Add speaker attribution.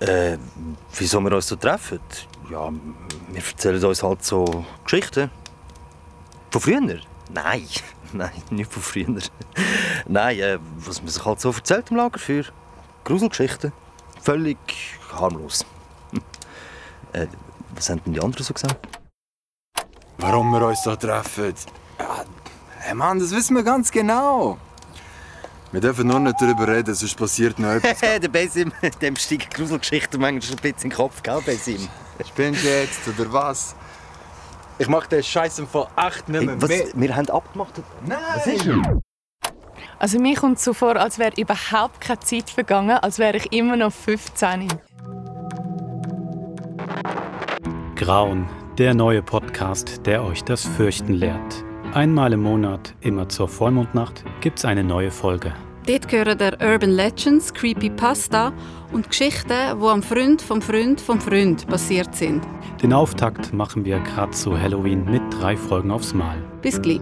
Speaker 1: Äh, wieso wir uns so treffen? Ja, wir erzählen uns halt so Geschichten. Von früher? Nein, nein, nicht von früher. nein, äh, was man sich halt so erzählt im Lagerfeuer. Gruselgeschichten. Völlig harmlos. äh, was haben denn die anderen so gesagt?
Speaker 2: Warum wir uns da treffen? Ja, Hey Mann, das wissen wir ganz genau. Wir dürfen nur nicht darüber reden, sonst passiert noch etwas.
Speaker 1: Äh, der Besim, dem steigen Gruselgeschichten manchmal ein bisschen in den Kopf, gell, Besim?
Speaker 2: Spinnst du jetzt oder was? Ich mach den Scheiß im Fall echt nicht
Speaker 1: Hey,
Speaker 2: mehr
Speaker 1: was,
Speaker 2: mit.
Speaker 1: wir haben abgemacht.
Speaker 2: Nein!
Speaker 1: Was ist denn?
Speaker 3: Also mir kommt es so vor, als wäre überhaupt keine Zeit vergangen, als wäre ich immer noch 15.
Speaker 4: Grauen, der neue Podcast, der euch das Fürchten lehrt. Einmal im Monat, immer zur Vollmondnacht, gibt's eine neue Folge.
Speaker 5: Dort hören der Urban Legends, Creepypasta und Geschichten, die am Freund vom Freund vom Freund passiert sind.
Speaker 4: Den Auftakt machen wir gerade zu Halloween mit drei Folgen aufs Mal.
Speaker 5: Bis gleich.